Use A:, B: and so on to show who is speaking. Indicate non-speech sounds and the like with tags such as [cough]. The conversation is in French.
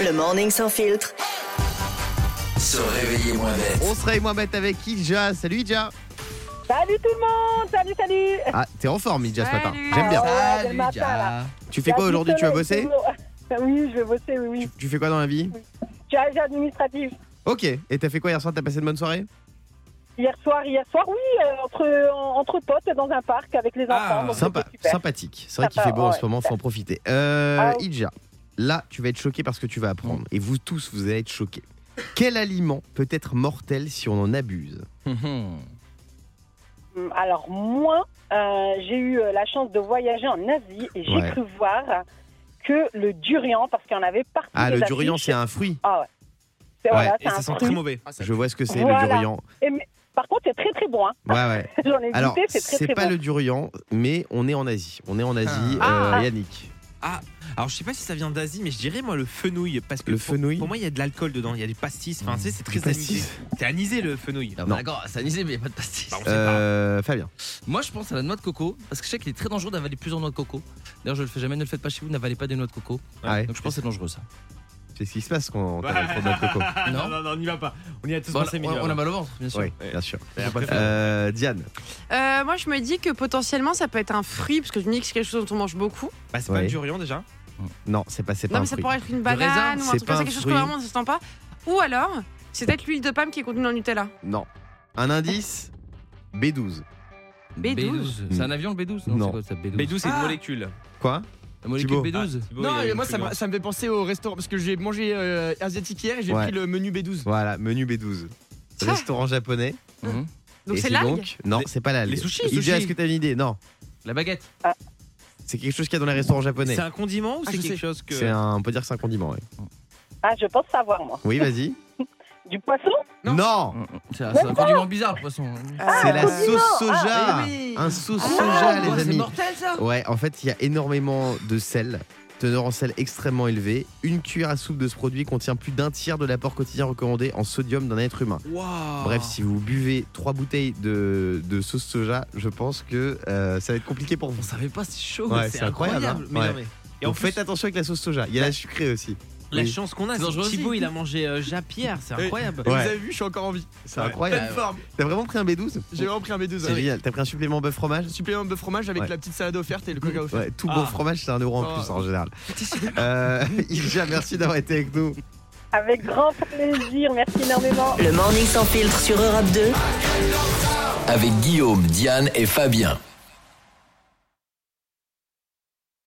A: Le morning sans filtre.
B: Se réveiller moins bête.
C: On serait moins bête avec Ija. Salut Ija.
D: Salut tout le monde, salut, salut.
C: Ah, t'es en forme Ija ce matin.
E: Salut.
C: J'aime bien.
D: Ah ouais, dès le
E: Salut,
D: matin,
E: Jia.
D: là.
C: Tu fais quoi
D: Il y a du
C: aujourd'hui Tu vas
D: soleil,
C: bosser
D: c'est beau. [laughs] Oui, je vais bosser, oui,
C: tu,
D: oui.
C: tu fais quoi dans la vie
D: J'ai agi administratif.
C: Ok. Et t'as fait quoi hier soir T'as passé une bonne soirée
D: Hier soir, hier soir, oui, euh, entre, en- entre potes dans un parc avec les
E: Ah,
D: enfants. donc
C: Sympa,
D: c'était super.
C: sympathique. C'est vrai qu'il
D: Sympa,
C: fait beau en
D: ouais.
C: ce moment, faut en profiter. Euh,
D: Ah oui.
C: Ija, là, tu vas être choqué parce que tu vas apprendre. Et vous tous, vous allez être choqués. Quel aliment peut être mortel si on en abuse
E: Mhm.
D: Hum, Alors, moi, euh, j'ai eu euh, la chance de voyager en Asie et j'ai
C: Ouais.
D: cru voir que le durian, parce qu'il y en avait partout.
C: Ah, le
D: des
C: durian,
D: affiches,
C: c'est un fruit.
D: Ah ouais. C'est-
C: Ouais,
D: voilà,
F: Et
D: c'est
F: ça
D: un
F: sent
D: fruit.
F: très mauvais.
C: Je vois ce que c'est le
D: Voilà.
C: durian.
D: Et mais- Par contre, c'est très très bon. hein. [laughs]
C: Ouais, ouais.
D: J'en ai
C: Alors,
D: goûté, c'est très
C: c'est
D: très
C: pas
D: bon.
C: le durian, mais on est en Asie. On est en Asie,
D: Ah.
C: euh, Yannick.
F: Alors je sais pas si ça vient d'Asie, mais je dirais moi le fenouil parce que
C: Le
F: pour,
C: fenouil
F: pour moi il y a de l'alcool dedans, il y a du pastis.
G: Mmh.
F: Enfin tu sais, c'est
C: Du
F: très anisé.
C: pastis.
F: C'est anisé le fenouil.
G: Ah
E: Non,
C: Non.
E: mais D'accord, ça anisé, mais y a pas de pastis.
F: Bah, on sait
C: Euh, Fabien.
E: Moi, je pense à la noix de coco, parce que je sais qu'il est très dangereux d'avaler plusieurs noix de coco. D'ailleurs, je le fais jamais, ne le faites pas chez vous, n'avalez pas des noix de coco.
C: Ah ouais.
E: Donc, je pense que c'est dangereux ça.
C: C'est ce qui se passe quand on
F: Ouais.
C: t'avale trop de noix de coco.
F: [laughs] pas.
E: Non.
F: Ah, non non non, on y va pas. On y a tous
E: Bon,
F: pensé
E: on,
F: minimum.
E: on a mal au ventre, bien sûr.
C: Oui, bien sûr.
F: Et après,
C: Euh, Diane.
H: Euh, moi, je me dis que potentiellement, ça peut être un fruit, parce que je me dis que c'est quelque chose dont on mange beaucoup.
F: Bah c'est
C: Ouais.
F: pas le durian déjà.
C: Non, c'est pas, c'est pas
H: non,
C: un
H: mais ça
C: fruit.
H: pourrait être une
E: raisin,
H: banane ou un
C: c'est
H: truc
C: pas
H: comme ça,
C: un
H: quelque chose que
C: fruit.
H: vraiment on ne s'attend pas. Ou alors, c'est peut-être l'huile de palme qui est contenue dans le Nutella.
C: Non. Un indice B12.
H: B12.
E: C'est un avion le B12
C: Mm. Non.
E: c'est quoi, ça, B12.
F: B12 c'est une
G: Ah.
F: molécule.
C: Quoi
E: La molécule
C: Thibaut.
E: B12
F: Thibaut,
G: Non,
F: il a
G: et
F: une
G: moi ça me,
F: molécule.
G: ça me fait penser au restaurant parce que j'ai mangé euh, asiatique hier et j'ai
C: Ouais.
G: pris le menu B12.
C: Voilà, menu B12.
H: Ah.
C: Restaurant japonais.
F: Ah.
E: Mhm.
H: Donc
C: Et
H: c'est l'algue
C: donc- Non, c'est pas l'algue.
F: les sushis,
C: Lydia,
F: sushis.
C: est-ce que t'as une idée Non.
E: La baguette.
C: C'est quelque chose qu'il y a dans les restaurants japonais.
F: C'est un condiment ou
G: Ah,
F: c'est
G: je
F: quelque
G: sais.
F: chose que
C: C'est un, on peut dire que c'est un condiment, ouais.
D: Ah, je pense savoir, moi.
C: Oui, vas-y.
D: Du poisson
C: non,
E: Mm, C'est un, c'est un condiment bizarre, le poisson.
C: C'est la
H: Ah,
D: condiment.
C: sauce soja.
G: Ah, oui.
C: Un sauce
G: Ah,
C: soja, les
H: Oh,
G: ouais,
C: amis.
G: Ah, C'est mortel ça
C: Ouais, en fait, il y a énormément de sel, teneur en sel extrêmement élevée. Une cuillère à soupe de ce produit contient plus d'un tiers de l'apport quotidien recommandé en sodium d'un être humain.
F: Waouh.
C: Bref, si vous buvez trois bouteilles de, de sauce soja, je pense que euh, ça va être compliqué pour vous.
E: On savait pas, c'est chaud.
C: Ouais, c'est incroyable, hein.
F: Mais
C: Ouais.
F: non, mais- Et
C: Et en
F: en plus,
C: faites attention avec la sauce soja. Il y a la sucrée aussi.
F: la
C: oui.
F: chance qu'on a,
E: C'est
F: c'est que
E: dangereux
F: Thibaut
E: aussi.
F: il a mangé euh, Japierre, c'est incroyable.
G: Et
C: Ouais.
G: Vous avez vu, je suis encore en vie.
C: C'est
F: Ouais.
C: incroyable.
G: Pleine forme.
C: T'as vraiment pris un B12
G: J'ai vraiment pris un B12.
C: C'est
G: ouais.
C: génial. T'as pris un supplément bœuf fromage
G: Supplément de fromage avec
C: Ouais.
G: la petite salade offerte et le coca offert.
C: Ouais, tout
F: Ah.
C: bon fromage, c'est un euro en
G: Ah.
C: plus en général. Euh, [laughs] Ilja, merci d'avoir été avec nous.
D: Avec grand plaisir, merci énormément.
A: Le morning sans filtre sur Europe 2.
B: Avec Guillaume, Diane et Fabien.